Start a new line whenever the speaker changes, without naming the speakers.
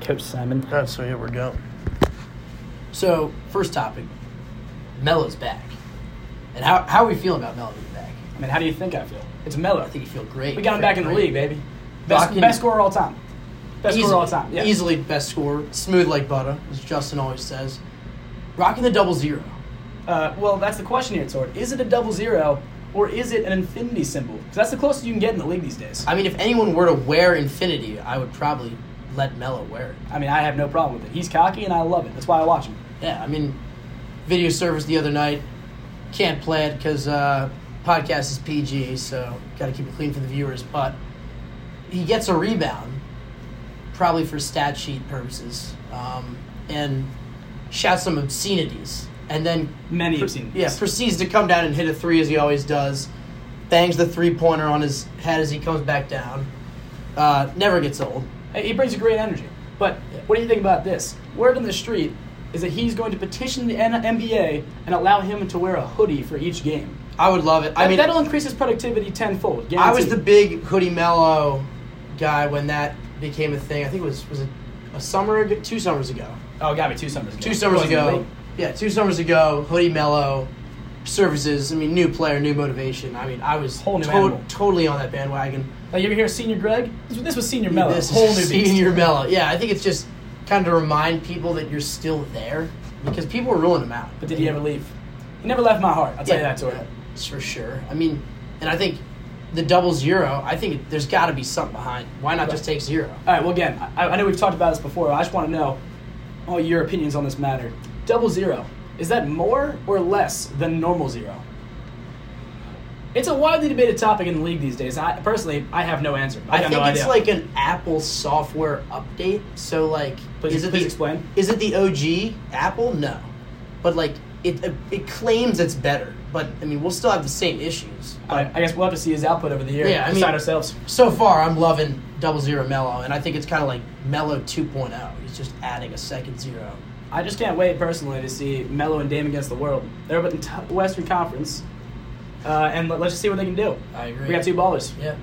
Coach Simon.
All right, Oh, so here we go.
So, first topic Melo's back. And how, how are we feeling about Melo being back?
I mean, how do you think I feel? It's Melo.
I think you feel great.
we got him back in the league, baby. Best,
Fucking-
best scorer all time. Best
Easily-
scorer all time. Yeah.
Easily best scorer. Smooth like butter, as Justin always says. Rocking the double zero.
Uh, well, that's the question here, Sword. Is it a double zero or is it an infinity symbol? 'Cause that's the closest you can get in the league these days. I,
I mean, if anyone were to wear infinity, I would probably let Melo wear it.
mean, I have no problem with it. He's cocky and I love it. That's why I watch him.
Yeah, I mean, video service the other night. Can't play it because uh, podcast is PG, so got to keep it clean for the viewers. But he gets a rebound, probably for stat sheet purposes, um, and shouts some obscenities, and then
Many have seen
yeah
this.
proceeds to come down and hit a three as he always does. Bangs the three pointer on his head as he comes back down. Uh, never gets old.
He brings a great energy. But
Yeah.
what do you think about this? Word on the street is that he's going to petition the N- NBA and allow him to wear a hoodie for each game.
I would love it. I
I
mean,
that'll increase his productivity tenfold.
I was the
guaranteed.
big hoodie mellow guy when that became a thing. I think it was was it a summer ago, two summers ago.
oh, it got me two summers ago.
Two summers
Wasn't
ago.
late.
Yeah, two summers ago, hoodie mellow services. I mean, new player, new motivation. I mean, I was
Whole new
to-
animal.
totally on that bandwagon.
Like, Oh, you ever hear of Senior Greg? This, this was Senior Mello.
This is
whole new beast.
senior mellow. Yeah, I think it's just kind of to remind people that you're still there because people are ruling them out.
But did he ever leave? He never left my heart. I'll tell you that, Tori.
that's for sure. I mean, and I think the double zero. I think there's got to be something behind. Why not just take zero?
All right. Well, again, I, I know we've talked about this before. I just want to know all your opinions on this matter. Double zero is that more or less than normal zero? It's a widely debated topic in the league these days. I personally, I have no answer. I,
I
got
think
no
it's
idea.
like an Apple software update. So like,
Please-
is it
please
the,
explain.
Is it the OG Apple? No, but like it it claims it's better. But I mean, we'll still have the same issues.
All right, I guess we'll have to see his output over the year.
Yeah, I mean-
decide ourselves.
So far, I'm loving Double Zero Mellow, and I think it's kind of like Mellow 2.0. He's just adding a second zero.
I just can't wait personally to see Melo and Dame against the world. They're up in t- Western Conference, uh, and let, us just see what they can do.
I agree.
We got two ballers.
Yeah.